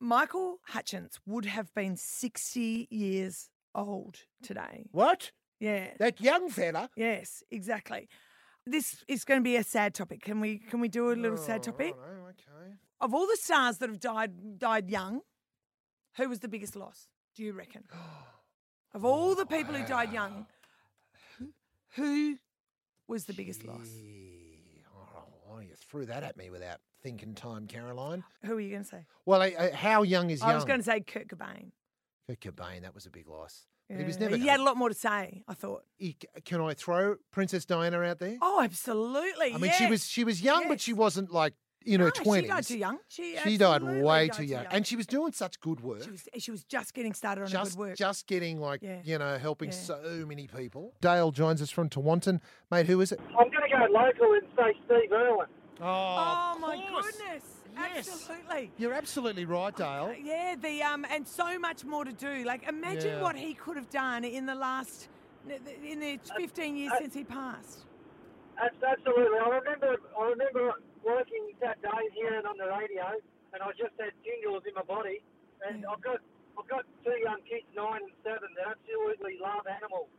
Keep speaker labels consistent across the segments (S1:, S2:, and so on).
S1: Michael Hutchins would have been 60 years old today.
S2: What?
S1: Yeah.
S2: That young fella?
S1: Yes, exactly. This is going to be a sad topic. Can we can we do a little sad
S2: Oh,
S1: topic?
S2: righto, okay.
S1: Of all the stars that have died died young, who was the biggest loss? Do you reckon? Of all the people who died young, who, who was the biggest loss?
S2: Yeah. Oh, you threw that at me without thinking time, Caroline.
S1: Who are you going to say?
S2: Well, I, I, how young is young?
S1: I was going to say Kurt Cobain.
S2: Kurt Cobain, that was a big loss. But he was
S1: Yeah.
S2: never.
S1: He had a lot more to say. I thought.
S2: he- can I throw Princess Diana out there?
S1: Oh, absolutely.
S2: I mean, she was she was young, but she
S1: Yes.
S2: wasn't like in her
S1: No,
S2: twenties.
S1: Ah, She died too young. She,
S2: She died
S1: absolutely
S2: way
S1: died
S2: too young. and she was doing such good work.
S1: she was she was just getting started on her
S2: just
S1: good work.
S2: just getting like
S1: Yeah.
S2: you know helping
S1: Yeah.
S2: so many people. Dale joins us from Tawantin, mate. Who is it?
S3: I'm going to go local and say Steve Irwin.
S2: Oh,
S1: oh my goodness! Absolutely.
S2: You're absolutely right, Dale.
S1: Yeah, the um, and so much more to do. Like, imagine
S2: Yeah.
S1: what he could have done in the last, in the
S4: Uh,
S1: 15 years since he passed.
S3: Ab- Absolutely. I remember I remember working that day hearing on the radio, and I just had tingles in my body. And I've got I've got two young kids, nine and seven, that absolutely love animals.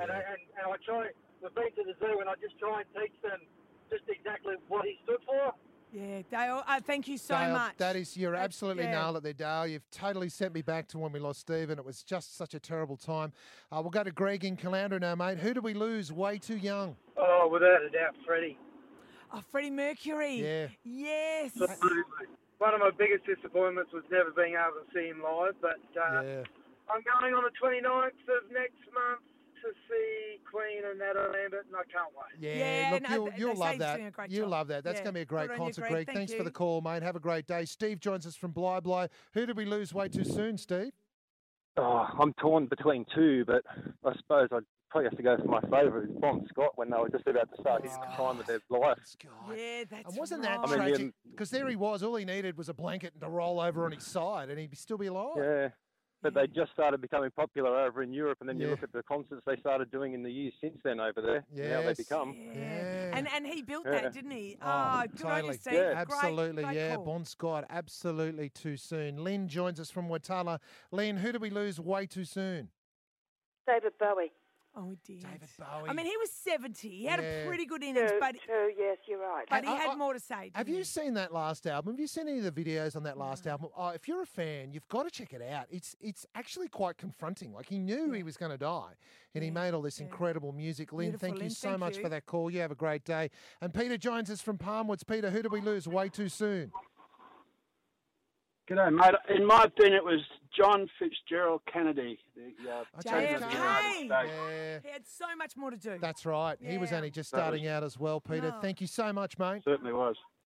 S3: And, I, and, and I try. We've been to the zoo, and I just try and teach them just exactly what he stood for.
S1: Yeah, Dale. Uh, thank you so
S2: Dale,
S1: much.
S2: That is, you're
S1: That's-
S2: absolutely
S1: yeah.
S2: nailed it there, Dale. You've totally sent me back to when we lost Steve, and it was just such a terrible time. Uh, we'll go to Greg in Caloundra now, mate. Who do we lose way too young?
S3: Oh, without a doubt, Freddie.
S1: Oh, Freddie Mercury.
S2: Yeah.
S1: Yes.
S3: One of my biggest disappointments was never being able to see him live, but
S4: Uh,
S3: uh,
S2: yeah.
S3: I'm going on the 29th of next month to see Queen and Adam Lambert, and I can't wait.
S2: Yeah,
S1: Yeah,
S2: look,
S1: no,
S2: you'll,
S1: th- they
S2: you'll
S1: say
S2: love
S1: he's
S2: that.
S1: doing a great
S2: You'll
S1: job.
S2: love that. That's
S1: Yeah.
S2: going to be a
S1: Good
S2: great
S1: on you,
S2: concert,
S1: Greg.
S2: Greg.
S1: Thank
S2: Thanks for the
S1: you.
S2: call, mate. Have a great day. Steve joins us from Bly Bly. Who did we lose way too soon, Steve?
S4: Oh, I'm torn between two, but I suppose I'd probably have to go for my favourite, is Bon Scott, when they were just about to start his time of their life.
S2: God.
S1: yeah, that's
S2: and wasn't
S1: right.
S2: that
S4: I mean, yeah,
S2: tragic? Because there he was. All he needed was a blanket and to roll over on his side, and he'd still be alive.
S4: Yeah. But they just started becoming popular over in Europe, and then
S2: Yeah.
S4: you look at the concerts they started doing in the years since then over there. and How they
S2: Yes.
S4: become.
S1: Yeah.
S2: Yeah.
S1: And and he built
S4: Yeah.
S1: that, didn't he? Oh, good on you,
S2: Um, totally.
S1: Steve.
S4: Yeah.
S1: Great-
S2: Absolutely,
S1: great
S2: yeah.
S1: call.
S2: Bon Scott, absolutely too soon. Lynn joins us from Watala. Lynn, who did we lose way too soon?
S5: David Bowie.
S1: Oh, he did.
S2: David Bowie.
S1: I mean, he was 70. He had
S2: Yeah.
S1: a pretty good innings,
S5: True,
S1: but,
S5: true, yes, you're right.
S1: but he
S2: I-
S1: had
S2: I-
S1: more to say.
S2: Have
S1: didn't
S2: you
S1: he?
S2: seen that last album? Have you seen any of the videos on that last album? Oh, if you're a fan, you've got to check it out. It's it's actually quite confronting. Like he knew he was going to die, and he made all this incredible music. Lynn,
S1: Beautiful,
S2: thank you
S1: Lynn,
S2: so
S1: thank
S2: much for
S1: you.
S2: that call. You have a great day. And Peter joins us from Palmwoods. Peter, who did we lose way too soon?
S6: G'day, mate. In my opinion, it was John Fitzgerald Kennedy. The, uh,
S2: I
S6: President
S2: changed
S6: of
S2: it.
S6: the United
S1: JFK.
S6: States.
S2: Yeah,
S1: He had so much more to do.
S2: that's right. He was
S1: Yeah.
S2: only just
S6: That was-
S2: starting out as well, Peter.
S1: No.
S2: Thank you so much, mate.
S6: Certainly was.